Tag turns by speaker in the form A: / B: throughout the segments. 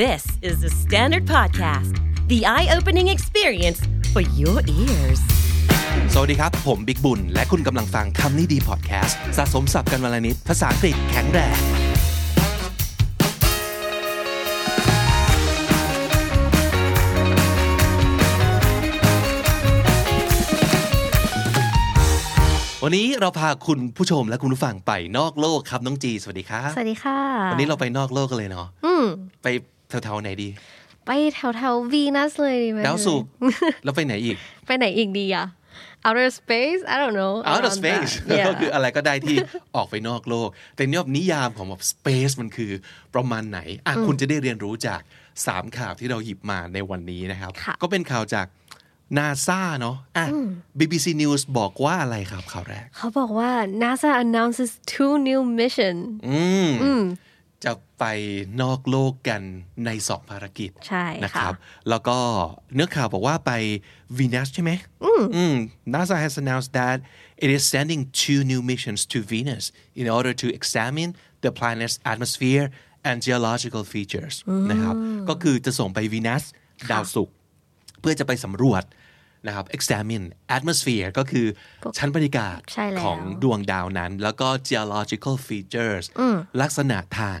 A: This is the Standard Podcast, the eye opening experience for your ears.
B: สวัสดีครับ ผมบิ๊กบุญ และคุณกำลังฟังคำนี้ดีพอดแคสต์สะสมสับกันวลนิดภาษาอังกฤษแข็งแรง วันนี้เราพาคุณผู้ชมและคุณผู้ฟังไปนอกโลกครับ น้องจี สวัสดีครับ
C: สวัสดีค่ะ
B: วันนี้เราไปนอกโลกกันเลยเนาะ
C: อืม
B: ไปแถวๆไหนดี
C: ไปแถวแถววีนัสเลยดีไหม
B: ดาวศุก ร์แล้วไปไหนอีก
C: ไปไหนอีกดีอะ outer space I don't know
B: out of
C: around
B: space
C: that. Yeah.
B: ก็คืออะไรก็ได้ที่ ออกไปนอกโลก แต่เนี่ยนิยามของแบบ space มันคือประมาณไหนอ่ะคุณจะได้เรียนรู้จาก 3 ข่าวที่เราหยิบมาในวันนี้นะครับ
C: ค่ะ
B: ก็เป็นข่าวจากนาซาเนาะอ่ะ BBC News บอกว่าอะไรครับข่าวแรก
C: เขาบอกว่า NASA announces two new mission
B: อืมจะไปนอกโลกกันใน 2 ภารกิจ
C: ใช่ค่ะ
B: นะครับ แล้วก็เนื้อข่าวบอกว่าไป Venus ใช่ไหมอืม NASA has announced that it is sending two new missions to Venus in order to examine the planet's atmosphere and geological features นะครับ ก็คือจะส่งไป Venus ดาวศุกร์ เพื่อจะไปสำรวจนะครับ examine atmosphere ก็คือชั้นบรรยากาศ
C: ใช่แล้ว
B: ของดวงดาวนั้น แล้วก็ geological features ลักษณะทาง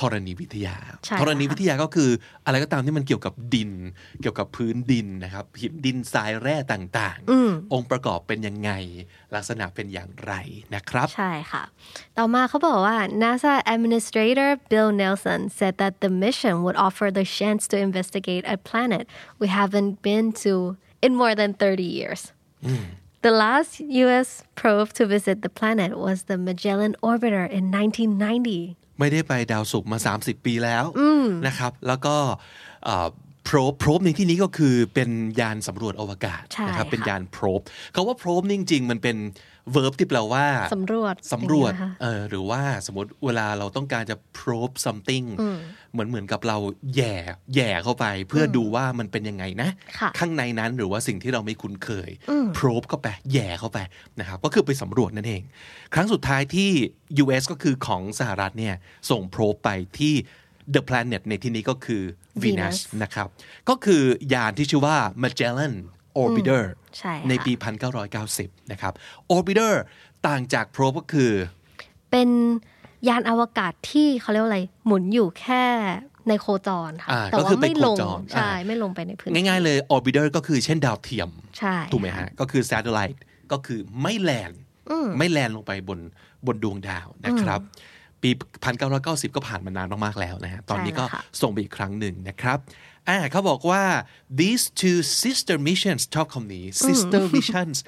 B: ธรณีวิทยา
C: ใช่แล้ว
B: ธรณีวิทยาก็คืออะไรก็ตามที่มันเกี่ยวกับดิน เกี่ยวกับพื้นดินนะครับหินดินทรายแร่ต่าง
C: อืม
B: ๆ องค์ประกอบเป็นยังไง ลักษณะเป็นอย่างไรนะครับ
C: ใช่ค่ะ ต่อมาเขาบอกว่า NASA Administrator Bill Nelson said that the mission would offer the chance to investigate a planet we haven't been to in more than 30 years.
B: Mm.
C: The last U.S. probe to visit the planet was the Magellan Orbiter in 1990.
B: ไม่ได้ไปดาวศุกร์มา 30 ปีแล้วนะครับ แล้วก็โพรบโพรบในที่นี้ก็คือเป็นยานสำรวจอวกาศ
C: ใช่
B: นะครั
C: ค่ะ
B: เป็นยานโพรบคาว่าโพรบจริง ๆ มันเป็น verb ที่แปลว่า
C: สำรวจ
B: สำรวจ
C: อย่างนี้นะคะ
B: เออหรือว่าสมมติเวลาเราต้องการจะ probe something เหมือนเหมือนกับเราแหย่แหย่เข้าไปเพื่อดูว่ามันเป็นยังไงนะ
C: ค่ะ
B: ข้างในนั้นหรือว่าสิ่งที่เราไม่คุ้นเคย probe เข้าไปแหย่เข้าไปนะครับ ก็คือไปสำรวจนั่นเอง ครั้งสุดท้ายที่ US ก็คือของสหรัฐเนี่ย ส่ง probe ไปที่ the planet ในที่นี้ก็คือ Venus
C: Venus
B: นะครับ ก็คือยานที่ชื่อว่า Magellan Orbiter
C: ใช่ค่ะ
B: ในปี 1990 นะครับ Orbiter ต่างจาก probe ก็คือ
C: เป็นยานอวกาศที่เขาเรียกว่าอะไร หมุนอยู่แค่ในโคจรค่ะ
B: อ่า
C: แต่
B: ก็
C: ว่า
B: คือเป็น
C: ไม่ลง
B: โคจร
C: ใช่
B: อ่า
C: ไม่ลงไปในพื้นที่
B: ง่ายๆเลย Orbiter ก็คือเช่นดาวเทียม
C: ใช่
B: ถูกไหมฮะ ก็คือ satellite ก็คือไม่แลนไม่แลนลงไปบนบนดวงดาวนะครับ ปี 1990 ก็ผ่านมานานมากๆแล้วนะฮะ ตอนนี้ก็
C: ใช่แล้วค่ะ
B: ส่งไปอีกครั้งหนึ่งนะครับอ่าเขาบอกว่า these two sister missions ชอบคำนี้ sister missions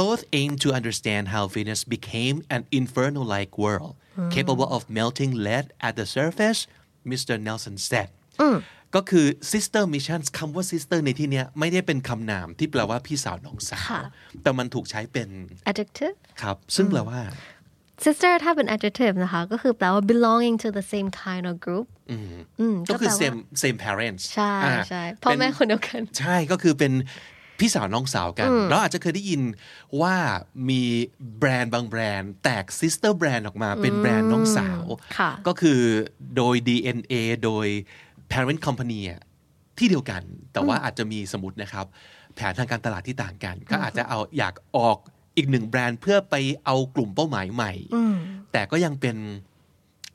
B: both aim to understand how Venus became an inferno-like world capable of melting lead at the surface Mr. Nelson said ก็คือ sister missions คำว่า sister ในที่เนี้ยไม่ได้เป็นคำนามที่แปลว่าพี่สาวน้องสาว
C: ค่ะ
B: แต่มันถูกใช้เป็น
C: adjective
B: ครับ ซึ่งแปลว่า
C: sister ถ้าเป็น adjective นะคะ ก็คือแปลว่า belonging to the same kind of group อืม
B: ก็คือ
C: แปลว่า
B: same same parents
C: ใช่
B: อ่า
C: ใช่พ่อ
B: เป็น
C: แม่คนเดียวกัน
B: ใช่ก็คือเป็นพี่สาวน้องสาวกัน เราอาจจะเคยได้ยินว่ามีแบรนด์บางแบรนด์แตกซิสเตอร์แบรนด์ออกมาเป็นแบรนด์น้องสาว
C: ค่ะ
B: ก็คือโดย DNA โดย parent company อะที่เดียวกัน แต่ว่าอาจจะมีสมมตินะครับ แผนทางการตลาดที่ต่างกัน ก็อาจจะเอาอยากออกอีกหนึ่งแบรนด์เพื่อไปเอากลุ่มเป้าหมายใหม่ แต่ก็ยังเป็น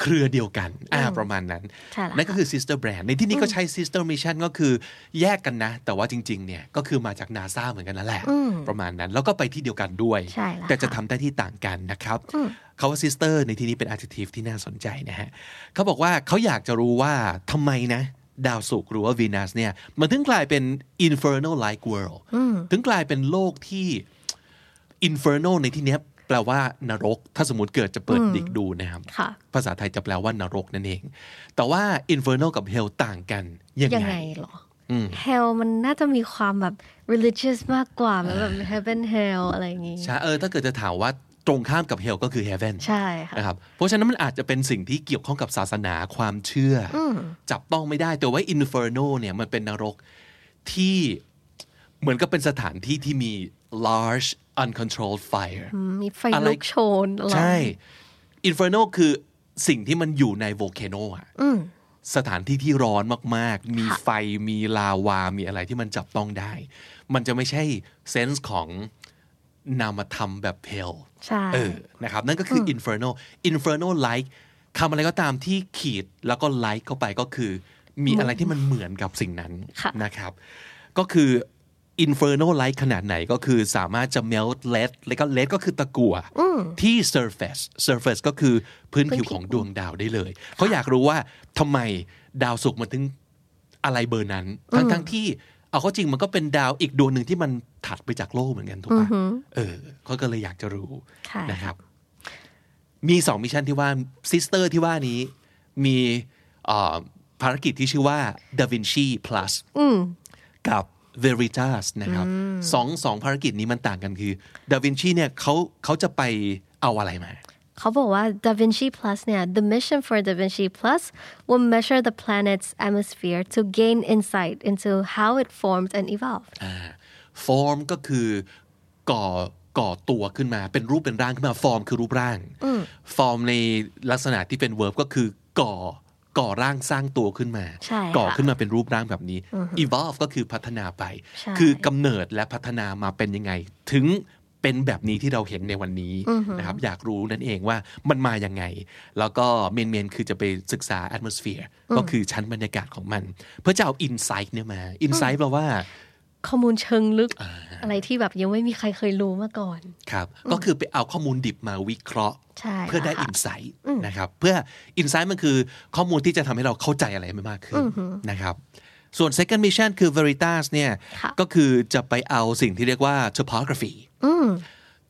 B: เครือเดียวกันอ่าประมาณนั้น
C: ใช่แล้
B: นั่
C: ว
B: นก็คือ sister brand ในที่นี้ก็ใช้ sister mission ก็คือแยกกันนะ แต่ว่าจริง ๆ เนี่ย ก็คือมาจากนาซาเหมือนกันนั่นแหละ ประมาณนั้น แล้วก็ไปที่เดียวกันด้วย
C: ใช่แล้ว
B: แต่จะ
C: ค่ะ
B: ทำได้ที่ต่างกันนะครับคาว่า sister ในที่นี้เป็น adjective ที่น่าสนใจนะฮะเขาบอกว่าเขาอยากจะรู้ว่าทำไมนะ ดาวศุกร์หรือว่าวีนัสเนี่ย มันถึงกลายเป็น infernal like world ถึงกลายเป็นโลกที่ infernal ในที่เนี้ยแปลว่านรก ถ้าสมมติเกิดจะเปิดดิกดูนะครับ
C: ค่ะ
B: ภาษาไทยจะแปลว่านรกนั่นเอง แต่ว่า infernal กับ hell ต่างกัน ยัง
C: ยัง
B: ไง
C: ไงเหรออ hell มันน่าจะมีความแบบ religious มากกว่ามันแบบ heaven hell อะไรอย่างงี้
B: ใช่เออถ้าเกิดจะถามว่าตรงข้ามกับ hell ก็คือ heaven
C: ใช่ค่ะ
B: นะครับ เพราะฉะนั้นมันอาจจะเป็นสิ่งที่เกี่ยวข้องกับศาสนาความเชื่ออจับต้องไม่ได้ แต่ว่า inferno เนี่ยมันเป็นนรกที่เหมือนกับเป็นสถานที่ที่มี large uncontrolled fire
C: มีไฟ
B: อะไร
C: ลุกโชนอะไร
B: ใช่ อินเฟอร์โนคือสิ่งที่มันอยู่ในโวลเคโนอ่ะ สถานที่ที่ร้อนมากๆ มีไฟมีลาวา มีอะไรที่มันจับต้องได้ มันจะไม่ใช่เซนส์ของนามธรรมแบบเพล
C: ใช่
B: เออนะครับนั่นก็คืออ inferno inferno like คำอะไรก็ตามที่ขีดแล้วก็ like เข้าไปก็คือ มีอะไรที่มันเหมือนกับสิ่งนั้น
C: ค่ะ
B: นะครับ ก็คือ inferno like ขนาดไหนก็คือสามารถจะ melt lead แล้วก็ lead ก็คือตะกั่วที่ surface surface ก็คือพื้นผิวของดวงดาวได้เลย เขาอยากรู้ว่าทำไมดาวศุกร์มันถึง อะไรเบอร์นั้น ทั้งทั้งที่เอาเข้าจริงมันก็เป็นดาวอีกดวงหนึ่งที่มันถัดไปจากโลกเหมือนกันถูกปะเออเขาก็เลยอยากจะรู้
C: ค่ะ
B: นะครับ มีสองมิชชั่นที่ว่าซิสเตอร์ที่ว่านี้มีเอ่อภารกิจที่ชื่อว่า Da Vinci Plus กับ Veritas นะครับสองสองภารกิจนี้มันต่างกันคือ Da Vinci เนี่ยเขาเขาจะไปเอาอะไรมา
C: เขาบอกว่า Da Vinci Plus เนี่ย the mission for Da Vinci Plus will measure the planet's atmosphere to gain insight into how it formed and evolved
B: ฟอร์มก็คือก่อก่อตัวขึ้นมา เป็นรูปเป็นร่างขึ้นมาฟอร์มคือรูปร่างฟอร์มในลักษณะที่เป็น verb ก็คือก่อก่อร่างสร้างตัวขึ้นมา
C: ใช่ค่ะ
B: ก่อขึ้นมาเป็นรูปร่างแบบนี้ evolve ก็คือพัฒนาไป
C: ใช่
B: คือกำเนิดและพัฒนามาเป็นยังไง ถึงเป็นแบบนี้ที่เราเห็นในวันนี้นะครับอยากรู้นั่นเองว่ามันมายังไง แล้วก็เมนเมนคือจะไปศึกษา atmosphere ก็คือชั้นบรรยากาศของมัน เพื่อจะเอา insight เนี่ยมา insight แปลว่า
C: ข้อมูลเชิงลึก อะไรที่แบบยังไม่มีใครเคยรู้มาก่อน
B: ครับก็คือไปเอาข้อมูลดิบมาวิเคราะห์
C: ใช่
B: เพื่อได้
C: ค่ะ
B: อินไซต์นะครับเพื่ออินไซต์มันคือข้อมูลที่จะทำให้เราเข้าใจอะไรมากขึ้นนะครับส่วน second mission คือ Veritas เนี่ยก็คือจะไปเอาสิ่งที่เรียกว่า topography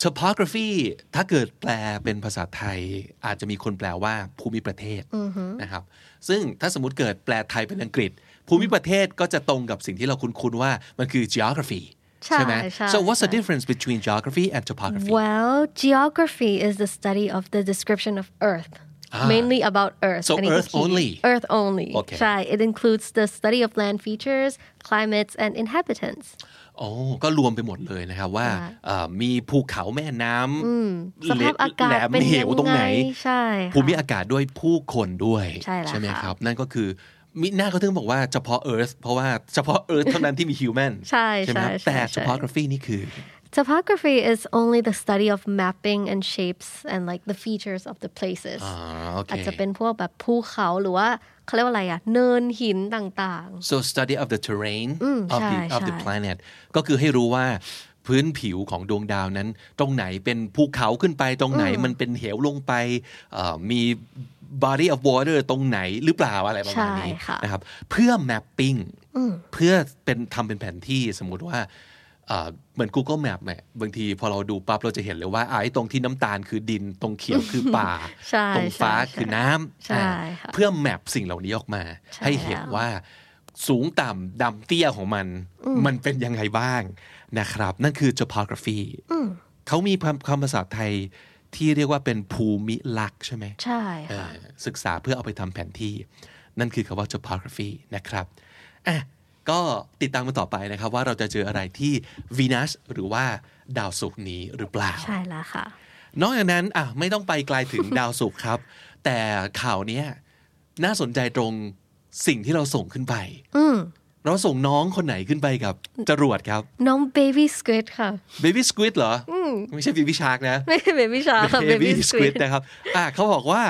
B: topography ถ้าเกิดแปลเป็นภาษาไทย อาจจะมีคนแปลว่าภูมิประเทศนะครับ ซึ่งถ้าสมมติเกิดแปลไทยเป็นอังกฤษ ภูมิประเทศก็จะตรงกับสิ่งที่เราคุ้นๆว่ามันคือ geography
C: ใช่
B: ไหม
C: ใช่
B: so what's the difference between geography and topography
C: Well, geography is the study of the description of Earth, mainly about Earth.
B: Ah. So
C: I think
B: Earth
C: the key-
B: only?
C: Earth only.
B: Okay.
C: ใช่ It includes the study of land features, climates, and inhabitants.
B: โอ้ก็รวมไปหมดเลยนะครับว่าเอ่อมีภูเขาแม่น้ำ
C: สภาพอากาศ
B: แหลม
C: เป็นยังไง
B: เหวตรงไหน
C: ใช่ค่ะ
B: ภูมิอากาศด้วยผู้คนด้วย
C: ใช่แล้ว
B: ไหม
C: ค่ะ
B: ครับ นั่นก็คือมิหน้าเขาถึงบอกว่าเฉพาะ Earth เพราะว่าเฉพาะ Earth เท่านั้นที่มี human
C: ใช่
B: ไหมค
C: ใช่
B: รับ
C: ใช่
B: แต่
C: ใช่
B: topography นี่คือ
C: Topography is only the study of mapping and shapes and like the features of the places.
B: อ่าโอเค
C: อาจจะเป็นพวกแบบภูเขาหรือว่าเขาเรียกว่าอะไรอะเนินหินต่าง
B: so study of the terrain
C: ใช่
B: of the of the
C: ใช่
B: planet ก็คือให้รู้ว่าพื้นผิวของดวงดาวนั้น ตรงไหนเป็นภูเขาขึ้นไปตรงไหนมันเป็นเหวลงไปเอ่อมี body of water ตรงไหนหรือเปล่าอะไรประมาณนี้
C: ใช่ค่ะ
B: นะครับเพื่อ mapping เพื่อเป็นทำเป็นแผนที่สมมุติว่าเอ่อเหมือน Google Map เนี่ยบางทีพอเราดูปั๊บเราจะเห็นเลยว่าอ่าไอ้ตรงที่น้ำตาลคือดินตรงเขียวคือป่า
C: ใช่
B: ตรงฟ้า
C: ใช่
B: คือ
C: ใช่
B: น้ำ
C: ใช่
B: อ่า
C: ค่ะ
B: เพื่อแมปสิ่งเหล่านี้ออกมา
C: ใช่
B: ให้เห็น
C: แล้ว
B: ว่า ว่าสูงต่ำดำเตี้ยของมันมันเป็นยังไงบ้างนะครับ นั่นคือ topography เขามีคำคำภาษาไทยที่เรียกว่าเป็นภูมิลักษณ์ใช่ไหม
C: ๆ ใช่
B: เอ
C: ค่ะ
B: อศึกษาเพื่อเอาไปทำแผนที่ นั่นคือคำว่า topography นะครับอ่ะก็ติดตามกันต่อไปนะครับ ว่าเราจะเจออะไรที่ Venus หรือว่าดาวศุกร์นี้หรือเปล่า
C: ใช่แล้วค่ะ
B: นอกจากนั้นอ่ะไม่ต้องไปไกลถึง ดาวศุกร์ครับ แต่ข่าวเนี้ยน่าสนใจตรงสิ่งที่เราส่งขึ้นไปเราส่งน้องคนไหนขึ้นไปกับจรวดครับ
C: น้อง baby squid ค่ะ
B: baby squid เหรอไม่ใช่ baby shark นะ
C: ไม่ใช่ baby shark ค่ะ
B: baby
C: baby
B: squid
C: squid
B: นะครับอ่ะเขาบอกว่า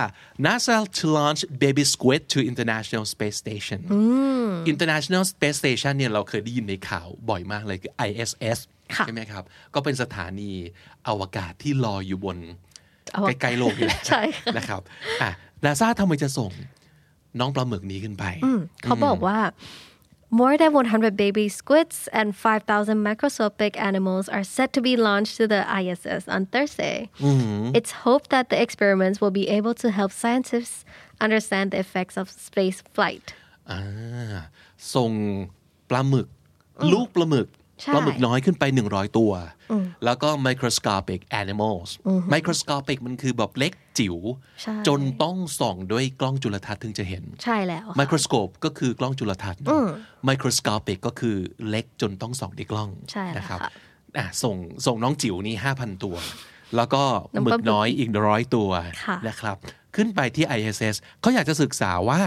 B: NASA to launch baby squid to international space station international space station เนี่ยเราเคยได้ยินในข่าวบ่อยมากเลยคือ ISS
C: ค่ะ
B: ใช่ไหมครับ ก็เป็นสถานีอวกาศที่ลอยอยู่บน
C: อวกาศ
B: ใกล้ๆโลกนี่แหละ
C: ใช่ค่ะ
B: นะครับอ่ะนาซาทำไมจะส่งน้องปลาหมึกนี้ขึ้นไป
C: เขาบอกว่า more than 100 baby squids and 5,000 microscopic animals are set to be launched to the ISS on Thursday.
B: Mm-hmm.
C: It's hoped that the experiments will be able to help scientists understand the effects of space flight.
B: อ่าส่งปลาหมึก ลูกปลาหมึก
C: ใช่
B: ปลาหมึกน้อยขึ้นไป 100 ตัว แล้วก็ microscopic animals microscopic มันคือแบบเล็กจิ๋ว จนต้องส่องด้วยกล้องจุลทรรศน์ถึงจะเห็น
C: ใช่แล้วค่ะ
B: microscope ก็คือกล้องจุลทรรศน์ microscopic ก็คือเล็กจนต้องส่องด้วยกล้อง
C: ใช่แล้ว
B: นะครับ
C: ค่ะ
B: อ่ะส่งส่งน้องจิ๋วนี่ 5,000 ตัว แล้วก็หมึกน้อยอีกร้อยตัว
C: ค่ะ
B: นะครับ ขึ้นไปที่ ISS เขาอยากจะศึกษาว่า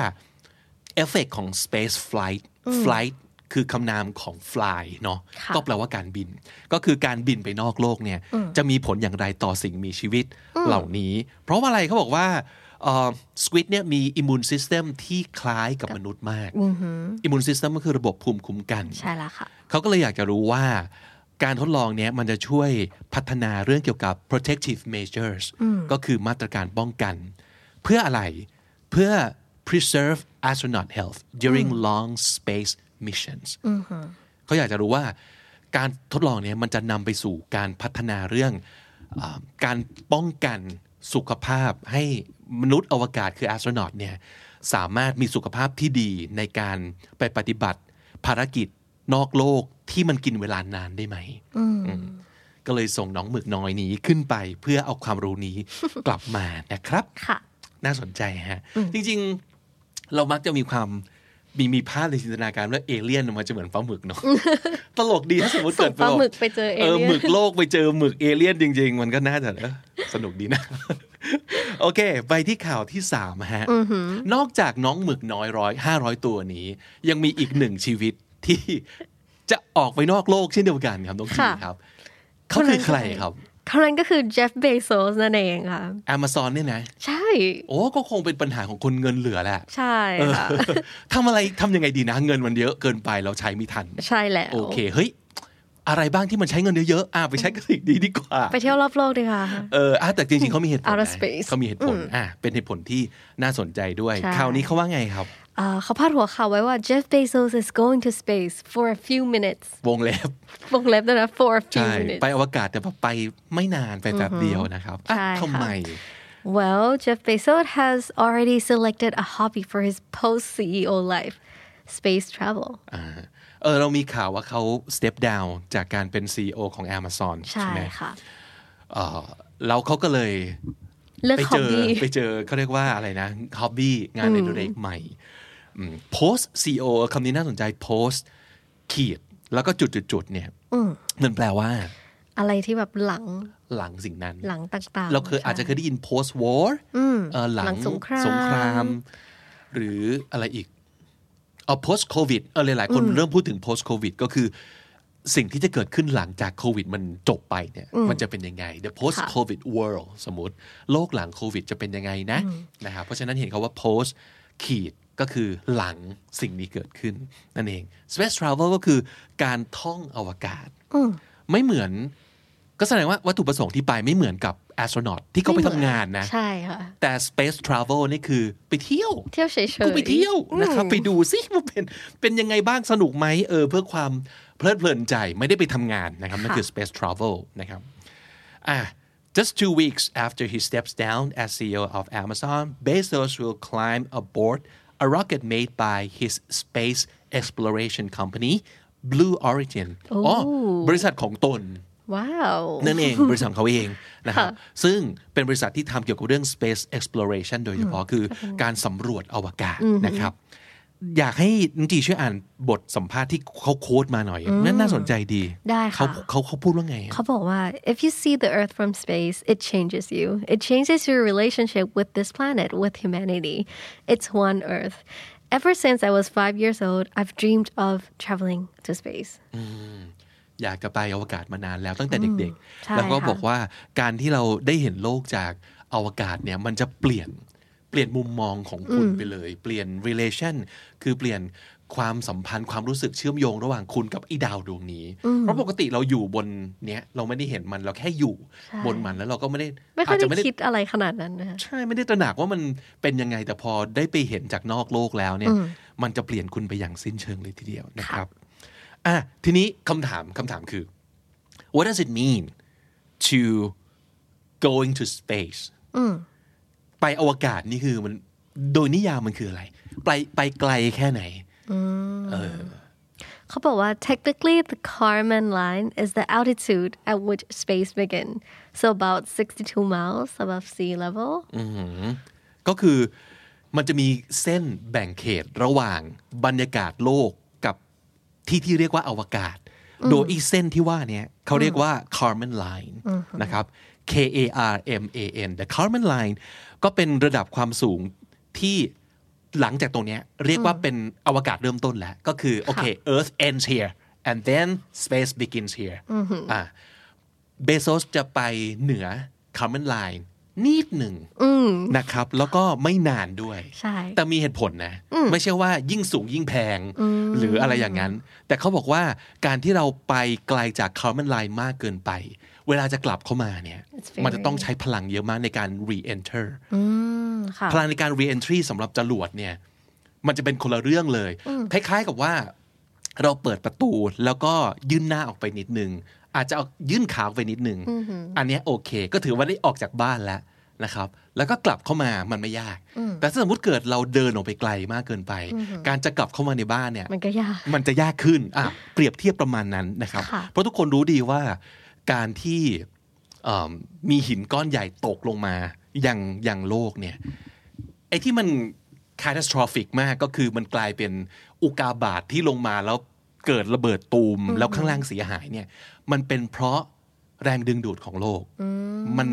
B: เอฟเฟกของ space flight flight คือคำนามของ fly เนาะ
C: ค่ะ
B: ก็แปลว่าการบิน ก็คือการบินไปนอกโลกเนี่ยจะมีผลอย่างไรต่อสิ่งมีชีวิตเหล่านี้ เพราะว่าอะไรเขาบอกว่าสควิตเนี่ยมีอิมมูนซิสเต็มที่คล้ายกับมนุษย์มากอิมมูนซิสเต็มก็คือระบบภูมิคุ้มกัน
C: ใช่แล้วค่ะ
B: เขาก็เลยอยากจะรู้ว่าการทดลองเนี้ยมันจะช่วยพัฒนาเรื่องเกี่ยวกับ protective measures ก็คือมาตรการป้องกัน เพื่ออะไรเพื่อ preserve astronaut health during long space missions เขาอยากจะรู้ว่าการทดลองเนี้ยมันจะนำไปสู่การพัฒนาเรื่องอาการป้องกันสุขภาพให้มนุษย์อวกาศคือแอสโตรนอตเนี่ยสามารถมีสุขภาพที่ดีในการไปปฏิบัติภารกิจนอกโลกที่มันกินเวลานานได้ไหมอืมก็เลยส่งน้องหมึกน้อยนี้ขึ้นไปเพื่อเอาความรู้ นี้ กลับมานะครับ
C: ค่ะ
B: น่าสนใจฮะ จริงๆ เรามักจะมีความมีมีภาพในจินตนาการว่าเอเลี่ยนมันจะเหมือนปลาหมึก เนาะ ตลกดีถ้าสมมติเกิด
C: ส่งปลาหมึกไปเจอเอเลี่ยน
B: เออหมึกโลกไปเจอหมึกเอเลี่ยนจริง ๆ มันก็น่าจะเออสนุกดีนะ โอเค ไปที่ข่าวที่สามฮะ นอกจากน้องหมึกน้อยร้อยห้าร้อยตัวนี้ ยังมีอีกหนึ่งชีวิตที่จะออกไปนอกโลกเช่นเดียวกันครับน้องจี
C: ค่ะ
B: ครับ เขาคือใครครับ
C: คนนั้นก็คือเจฟเบโซสนั่นเองค่ะ
B: Amazon เนี่ยนะ
C: ใช่
B: โอ้ก็คงเป็นปัญหาของคนเงินเหลือแหละ
C: ใช่ค่ะ
B: เอ อทำอะไรทำยังไงดีนะเงินมันเยอะเกินไปเราใช้ไม่ทัน
C: ใช่แล้ว
B: โอเคเฮ้ย อะไรบ้างที่มันใช้เงินเยอะๆอ่ะไปใช้กับสิ่งดีดีกว่า
C: ไปเที่ยวรอบโลกดีกว่า
B: เอออ่ะแต่จริงๆเขามีเหตุผลนะ
C: Outer space
B: เขามีเหตุผลอ่ะเป็นเหตุผลที่น่าสนใจด้วย
C: ใช่
B: คราวนี้เขาว่าไงครับ
C: เอ่อเขาพาดหัวข่าวไว้ว่า Jeff Bezos is going to space for a few minutes
B: วงเล็บ
C: วงเล็บด้วยนะ for a
B: ใช่
C: few minutes
B: ไปอวกาศแต่แบบไปไม่นานไปแบบเดียวนะครับอ่ะ
C: ใช่ค่ะ
B: ทำไม
C: Well, Jeff Bezos has already selected a hobby for his post CEO life space travel.
B: อ่าเออเรามีข่าวว่าเขา step down จากการเป็น CEO ของ Amazon ใช่
C: ใช่
B: ไหม
C: ค่ะ
B: เออแล้วเขาก็เลย
C: เลือก
B: ไป
C: ฮอ
B: เจ
C: บ
B: อ
C: บี้
B: ไปเจอเขาเรียกว่าอะไรนะฮ็อบบี้งานอดิเรกใหม่อืม post CEO คำนี้น่าสนใจ post ขีดแล้วก็จุดจุดจุดๆเนี่ยมันแปลว่า
C: อะไรที่แบบหลัง
B: หลังสิ่งนั้น
C: หลังต่างๆ
B: เราเคยอาจจะเคยได้ยิน post war เอ่อหลั
C: หลั
B: ง
C: งสงคราม
B: สงคราม หรืออะไรอีกเอา post covid เออหลายๆคนเริ่มพูดถึง post covid ก็คือ สิ่งที่จะเกิดขึ้นหลังจากโควิดมันจบไปเนี่ยมันจะเป็นยังไง the post covid world สมมติ โลกหลังโควิดจะเป็นยังไงนะนะครับเพราะฉะนั้นเห็นเขาว่า post ขีดก็คือหลังสิ่งนี้เกิดขึ้น นั่นเอง space travel ก็คือการท่องอวกาศ ไม่เหมือน ก็แสดงว่าวัตถุประสงค์ที่ไปไม่เหมือนกับ astronaut ที่เขาไปทำงานนะ
C: ใช่ค่ะ
B: แต่ space travel นี่คือไปเที่ยว
C: เที่ยวเฉยๆ
B: ก็ไปเที่ยวนะครับไปดูซิว่าเป็นเป็นยังไงบ้างสนุกไหมเออเพื่อความเพลิดเพลินใจไม่ได้ไปทำงานนะครับ นั่นคือ space travel นะครับอ่ะ just two weeks after he steps down as CEO of Amazon Bezos will climb aboard a rocket made by his space exploration company Blue Origin อ๋อบริษัทของตน
C: ว้าว
B: นั่นเอง บริษัทของเขาเองนะครับซึ่งเป็นบริษัทที่ทำเกี่ยวกับเรื่อง space exploration โดยเฉพาะคือการสำรวจอวกาศนะครับ อยากให้นองจีช่วยอ่านบทสัมภาษณ์ที่เขาโค้ดมาหน่อยนั่นน่าสนใจดี
C: ได้ค่ะ
B: เขาเขาเขาพูดว่าไงอะ
C: เขาบอกว่า if you see the earth from space it changes you it changes your relationship with this planet with humanity it's one earth ever since I was five years old I've dreamed of traveling to space
B: อยากจะไปอวกาศมานานแล้วตั้งแต่เด็ก
C: ใช่
B: ๆ แล้วก็
C: ค่ะ
B: บอกว่าการที่เราได้เห็นโลกจากอวกาศเนี่ยมันจะเปลี่ยนเปลี่ยนมุมมองของคุณไปเลย เปลี่ยน relation คือเปลี่ยนความสัมพันธ์ความรู้สึกเชื่อมโยงระหว่างคุณกับไอีดาวดวงนี้ เพราะปกติเราอยู่บนเนี้ยเราไม่ได้เห็นมันเราแค่อยู่
C: ใช่
B: บนมันแล้วเราก็ไม่ได้
C: ไม่ค่อย
B: จจะ
C: ได้คิดอะไรขนาดนั้นนะคะ
B: ใช่ไม่ได้ตระหนักว่ามันเป็นยังไงแต่พอได้ไปเห็นจากนอกโลกแล้วเนี่ยมันจะเปลี่ยนคุณไปอย่างสิ้นเชิงเลยทีเดียวนะครับอ่ะทีนี้คำถามคำถามคือ what does it mean to going to space ไปอวกาศนี่คือมันโดยนิยามมันคืออะไร ไปไปไกลแค่ไหน
C: เขาบอกว่า technically the Kármán line is the altitude at which space begin so about 62 miles above sea level
B: Mm. ก็คือมันจะมีเส้นแบ่งเขตระหว่างบรรยากาศโลกกับที่ที่เรียกว่าอวกาศ โดยอีเส้นที่ว่าเนี้ยเขาเรียกว่า Kármán line นะครับ K A R M A N the Kármán line ก็เป็นระดับความสูงที่ หลังจากตรงเนี้ยเรียกว่าเป็นอวกาศเริ่มต้นแล้ว ก็คือโอเค Earth ends here and then space begins here อ่าเบโซสจะไปเหนือ Common Line นิดหนึ่งนะครับ แล้วก็ไม่นานด้วย
C: ใช่
B: แต่มีเหตุผลนะ ไม่ใช่ว่ายิ่งสูงยิ่งแพง หรืออะไรอย่างนั้น แต่เขาบอกว่าการที่เราไปไกลจาก Common Line มากเกินไป เวลาจะกลับเข้ามาเนี่ย
C: It's very-
B: มันจะต้องใช้พลังเยอะมากในการ re-enter
C: อืม Mm, ค่ะ
B: พลังในการ re-entry สำหรับจรวดเนี่ย มันจะเป็นคนละเรื่องเลย คล้ายๆกับว่า เราเปิดประตูแล้วก็ยื่นหน้าออกไปนิดนึง อาจจะเอายื่นขาออกไปนิดนึง อันเนี้ยโอเค ก็ถือว่าได้ออกจากบ้านแล้วนะครับ แล้วก็กลับเข้ามามันไม่ยาก แต่ถ้าสมมติเกิดเราเดินออกไปไกลมากเกินไป การจะกลับเข้ามาในบ้านเนี่ย
C: มันก็ยาก
B: มันจะยากขึ้นอ่ะเปรียบเทียบประมาณนั้นนะครับ
C: ค่ะ
B: เพราะทุกคนรู้ดีว่าการที่เอิ่มมีหินก้อนใหญ่ตกลงมาอย่างอย่างโลกเนี่ย ไอ้ที่มัน catastrophic มากก็คือมันกลายเป็นอุกาบาตทที่ลงมาแล้วเกิดระเบิดตูมแล้วข้างล่างเสียหายเนี่ย มันเป็นเพราะแรงดึงดูดของโลก มัน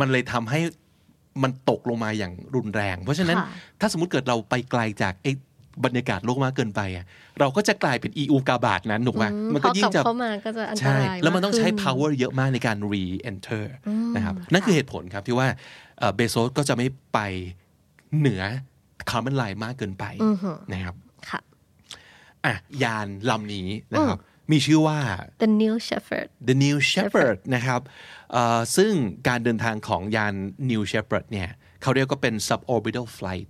B: มันเลยทำให้มันตกลงมาอย่างรุนแรง เพราะฉะนั้น
C: ค่ะ
B: ถ้าสมมติเกิดเราไปไกลจากไอ้บรรยากาศโลกมากเกินไปอะเราก็จะกลายเป็นอีอูกาบาตนั้นถูกไหมมันก็ยิ่ง
C: พ
B: จะ
C: อกลับเข้ามาก็จะอันต
B: ใช่
C: ราย
B: แล้วมันต้องใช้
C: ากขึ้
B: power เยอะมากในการ re-enter นะครับ นั่นคือเหตุผลครับที่ว่าเบโซสก็จะไม่ไปเหนือ common line มากเกินไป
C: อือหือ
B: นะครับ
C: ค่ะ
B: อ่ะยานลำนี้นะครับ มีชื่อว่า
C: The Neil Shepherd
B: The New Shepard นะครับเอ่อซึ่งการเดินทางของยาน New Shepard เนี่ยเขาเรียกก็เป็น suborbital flight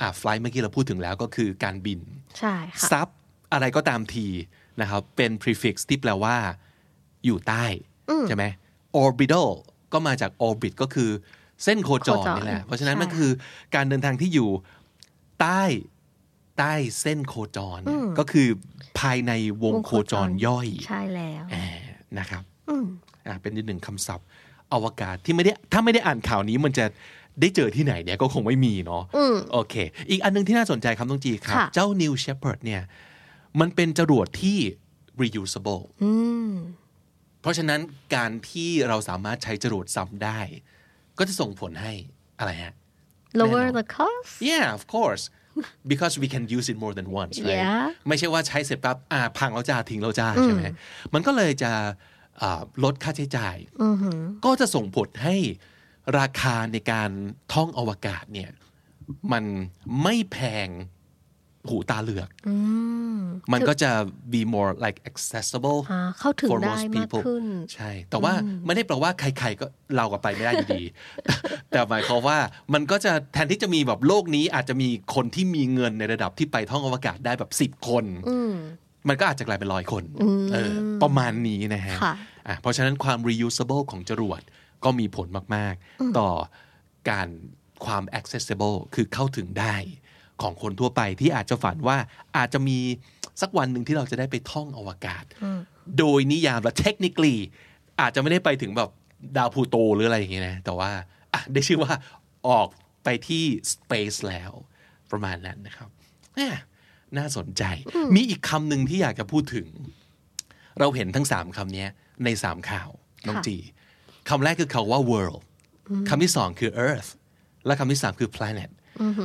B: อ่า flight เมื่อกี้เราพูดถึงแล้วก็คือการบิน
C: ใช่ค่ะ
B: ซับอะไรก็ตามทีนะครับเป็น prefix ที่แปลว่า อยู่ใต้ ใช่ไหม orbital ก็มาจาก orbit ก็คือเส้นโคจร
C: โคจร
B: นี่แหละ เพราะฉะนั้น
C: ใช่
B: มันคือการเดินทางที่อยู่ใต้ใต้เส้นโคจรเนี่ยก็คือภายในวงโคจรย่อย
C: ใช่แล้ว
B: แอร์นะครับอ่าเป็นอีกหนึ่งคำศัพท์ อวกาศที่ไม่ได้ถ้าไม่ได้อ่านข่าวนี้มันจะได้เจอที่ไหนเนี่ยก็คงไม่มีเนาะโอเค อีกอันหนึงที่น่าสนใจครับต้องจีครับ เจ้า New Shepard เนี่ยมันเป็นจรวดที่ reusable เพราะฉะนั้นการที่เราสามารถใช้จรวดซ้ำได้ ก็จะส่งผลให้อะไรฮะ
C: lower
B: แน่นอน
C: the cost
B: Yeah of course because we can use it more than once right
C: Yeah.
B: ไม่ใช่ว่าใช้เสร็จปั๊บอ่าพังแล้วจ้าทิ้งแล้วจ้าใช่ไหมมันก็เลยจะอ่าลดค่าใช้จ่าย ก็จะส่งผลให้ราคาในการท่องอวกาศเนี่ย มันไม่แพงหูตาเหลือก มันก็จะ be more like accessible
C: อ่าเข้าถึง
B: for
C: ได้
B: most
C: มาก
B: people
C: ขึ้น
B: ใช่ แต่ว่าไม่ได้แปลว่าใครๆก็เราก็ไปไม่ได้อยู่ดี แต่หมายความว่ามันก็จะแทนที่จะมีแบบโลกนี้อาจจะมีคนที่มีเงินในระดับที่ไปท่องอวกาศได้แบบสิบ10 คน มันก็อาจจะกลายเป็นร้อยคนเออประมาณนี้นะฮะ
C: ค่ะ
B: อ่ะเพราะฉะนั้นความ reusable ของจรวดก็มีผลมาก ๆ ต่อการความ accessible คือเข้าถึงได้ของคนทั่วไปที่อาจจะฝันว่าอาจจะมีสักวันหนึ่งที่เราจะได้ไปท่องอวกาศ โดยนิยามและ technically อาจจะไม่ได้ไปถึงแบบดาวพลูโตหรืออะไรอย่างเงี้ยนะ แต่ว่าอ่ะได้ชื่อว่าออกไปที่ space แล้วประมาณนั้นนะครับแหม่น่าสนใจ มีอีกคำหนึ่งที่อยากจะพูดถึง เราเห็นทั้งสามคำเนี้ยในสามข่าว น้องจีคำแรกคือคาว่า world คำที่สองคือ earth และคำที่สามคือ planet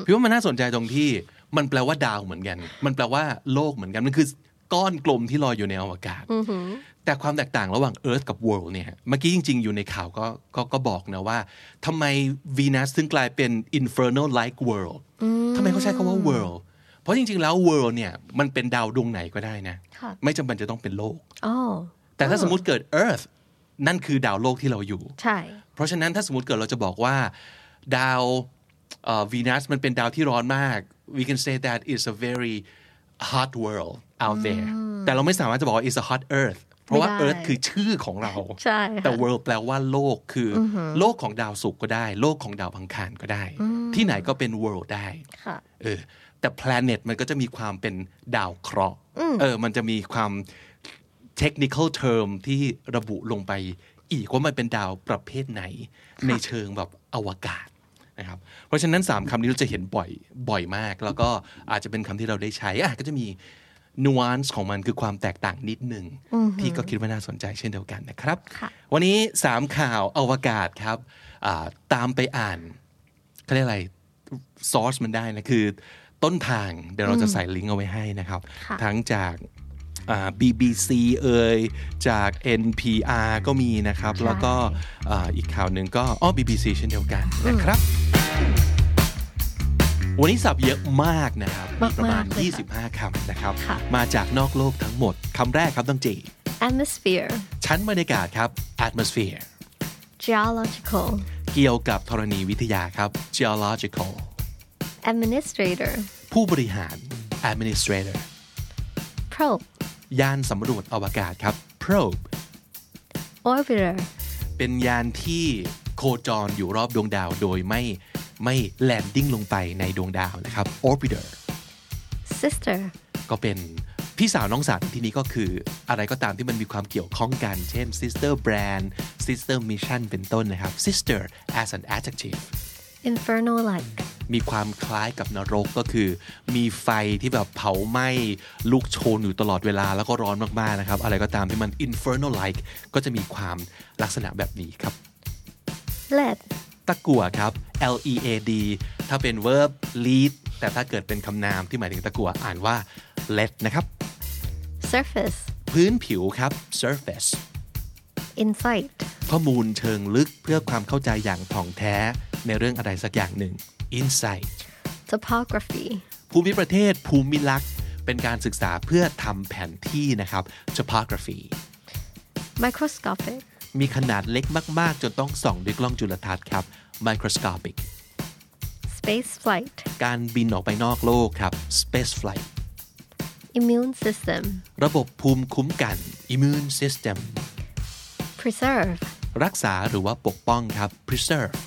B: พี่ว่ามันน่าสนใจตรงที่มันแปลว่าดาวเหมือนกัน มันแปลว่าโลกเหมือนกัน มันคือก้อนกลมที่ลอยอยู่ในอวกาศ แต่ความแตกต่างระหว่าง Earth กับ World เนี่ย เมื่อกี้จริง ๆ อยู่ในข่าวก็ก็ก็บอกนะว่าทำไม Venus ถึงกลายเป็น Infernal Like World ทำไมเขาใช้คาว่า World เพราะจริง ๆ แล้ว World เนี่ย มันเป็นดาวดวงไหนก็ได้นะ
C: ค่ะ
B: ไม่จำเป็นจะต้องเป็นโลก
C: อ๋อ
B: แต่ถ้าสมมติเกิด Earth นั่นคือดาวโลกที่เราอยู่
C: ใช่
B: เพราะฉะนั้นถ้าสมมติเกิดเราจะบอกว่า ดาววีนัสมันเป็นดาวที่ร้อนมาก we can say that it's a very hot world out there แต่เราไม่สามารถจะบอกว่า it's a hot earth เพราะว่า earth คือชื่อของเรา
C: ใช่ค่ะ
B: แต่ world แปลว่าโลกคืออโลกของดาวศุกร์ก็ได้ โลกของดาวอังคารก็ได้ ที่ไหนก็เป็น world ได้
C: ค่ะ
B: เออแต่ planet มันก็จะมีความเป็นดาวเคราะห์เออมันจะมีความ technical term ที่ระบุลงไปอีกว่ามันเป็นดาวประเภทไหน ในเชิงแบบอวกาศนะครับเพราะฉะนั้น 3คำนี้เราจะเห็นบ่อยบ่อยมาก แล้วก็อาจจะเป็นคำที่เราได้ใช้อ่ะก็จะมีนูว n c e ของมันคือความแตกต่างนิดหนึ่งที่ก็คิดว่าน่าสนใจเช่นเดียวกันนะครับ
C: ค่ะ
B: วันนี้ 3 ข่าวอวกาศครับอ่าตามไปอ่าน เขาเรียกอะไร ซอร์สมันได้นะ คือ ต้นทาง เดี๋ยวเราจะใส่ลิงก์เอาไว้ให้นะครับ
C: ค่ะ
B: ทั้งจากอ่า BBC เอ่ยจาก NPR ก็มีนะครับ แล้วก็อ่าอีกข่าวหนึ่งก็อ้อ BBC เช่นเดียวกันนะครับ วันนี้สับเยอะมากนะครับ
C: มากๆ
B: ประมาณ
C: เลยค่ะ
B: 25 คำนะครับ
C: ค่ะ
B: มาจากนอกโลกทั้งหมดคำแรกครับต้องจี
C: atmosphere
B: ชั้นบรรยากาศครับ atmosphere
C: geological
B: เกี่ยวกับธรณีวิทยาครับ geological
C: administrator
B: ผู้บริหาร administrator
C: probe
B: ยานสำรวจอวกาศครับ probe
C: orbiter
B: เป็นยานที่โคจรอยู่รอบดวงดาวโดยไม่ไม่แลนดิ้งลงไปในดวงดาวนะครับ orbiter
C: sister
B: ก็เป็นพี่สาวน้องสาวในที่นี้ก็คืออะไรก็ตามที่มันมีความเกี่ยวข้องกัน เช่น sister brand sister mission เป็นต้นนะครับ sister as an adjective
C: infernal like
B: มีความคล้ายกับนรกก็คือ มีไฟที่แบบเผาไหม้ลุกโชนอยู่ตลอดเวลาแล้วก็ร้อนมาก ๆ นะครับ อะไรก็ตามที่มัน infernal like ก็จะมีความลักษณะแบบนี้ครับ
C: lead
B: ตะกั่วครับ L E A D ถ้าเป็น verb lead แต่ถ้าเกิดเป็นคำนามที่หมายถึงตะกั่วอ่านว่า let นะครับ
C: surface
B: พื้นผิวครับ surface
C: insight
B: ข้อมูลเชิงลึกเพื่อความเข้าใจอย่างถ่องแท้ในเรื่องอะไรสักอย่างหนึ่ง insight
C: topography
B: ภูมิประเทศภูมิลักษณ์เป็นการศึกษาเพื่อทำแผนที่นะครับ topography
C: microscopic
B: มีขนาดเล็กมาก ๆ จนต้องส่องด้วยกล้องจุลทรรศน์ครับ microscopic
C: space flight
B: การบินออกไปนอกโลกครับ space flight
C: immune system
B: ระบบภูมิคุ้มกัน immune system
C: preserve
B: รักษาหรือว่าปกป้องครับ preserve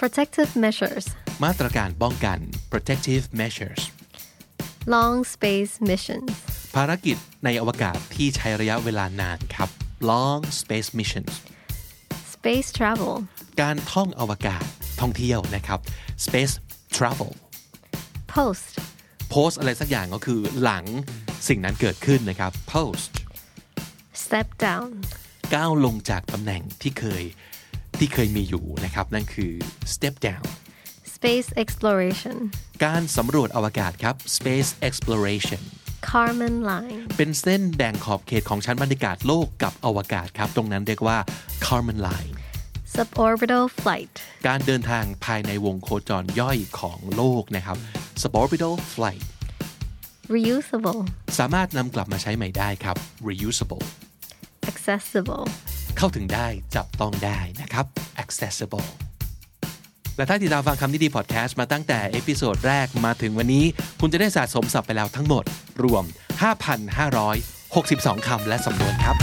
C: protective measures
B: มาตรการป้องกัน protective measures
C: long space missions
B: ภารกิจในอวกาศที่ใช้ระยะเวลานานครับ long space missions
C: space travel
B: การท่องอวกาศท่องเที่ยวนะครับ space travel
C: post
B: post อะไรสักอย่างก็คือหลังสิ่งนั้นเกิดขึ้นนะครับ post
C: step down
B: ก้าวลงจากตำแหน่งที่เคยที่เคยมีอยู่นะครับ นั่นคือ step down
C: space exploration
B: การสำรวจอวกาศครับ space exploration
C: Kármán line
B: เป็นเส้นแบ่งขอบเขตของชั้นบรรยากาศโลกกับอวกาศครับ ตรงนั้นเรียกว่า Kármán line
C: suborbital flight
B: การเดินทางภายในวงโคจรย่อยของโลกนะครับ suborbital flight
C: reusable
B: สามารถนำกลับมาใช้ใหม่ได้ครับ reusable
C: accessible
B: เข้าถึงได้จับต้องได้นะครับ accessible และถ้าติดตามฟังคำนี้ดีพอดแคสต์มาตั้งแต่เอพิโซดแรกมาถึงวันนี้ คุณจะได้สะสมศัพท์ไปแล้วทั้งหมด รวม 5,562 คำและสำนวนครับ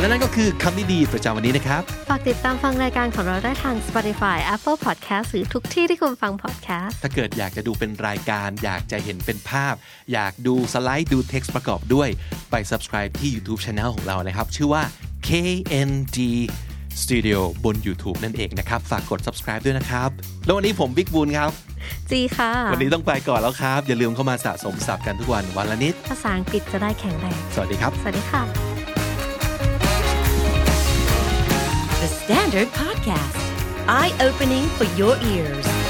B: และนั่นก็คือคำนี้ดีประจำวันนี้นะครับ
C: ฝากติดตามฟังรายการของเราได้ทาง Spotify Apple Podcast หรือทุกที่ที่คุณฟัง podcast
B: ถ้าเกิดอยากจะดูเป็นรายการ อยากจะเห็นเป็นภาพ อยากดูสไลด์ดูเท็กซ์ประกอบด้วย ไป subscribe ที่ YouTube Channel ของเรานะครับ ชื่อว่า KND Studio บน YouTube นั่นเองนะครับ ฝากกด subscribe ด้วยนะครับ แล้ววันนี้ผมบิ๊กบุญครับ
C: จีค่ะ
B: วันนี้ต้องไปก่อนแล้วครับ อย่าลืมเข้ามาสะสมศัพท์กันทุกวันวันละนิด
C: ภาษาอังกฤษจะได้แข็งแรง
B: สวัสดีครับ
C: สวัสดีค่ะ
A: The Standard Podcast, eye opening for your ears.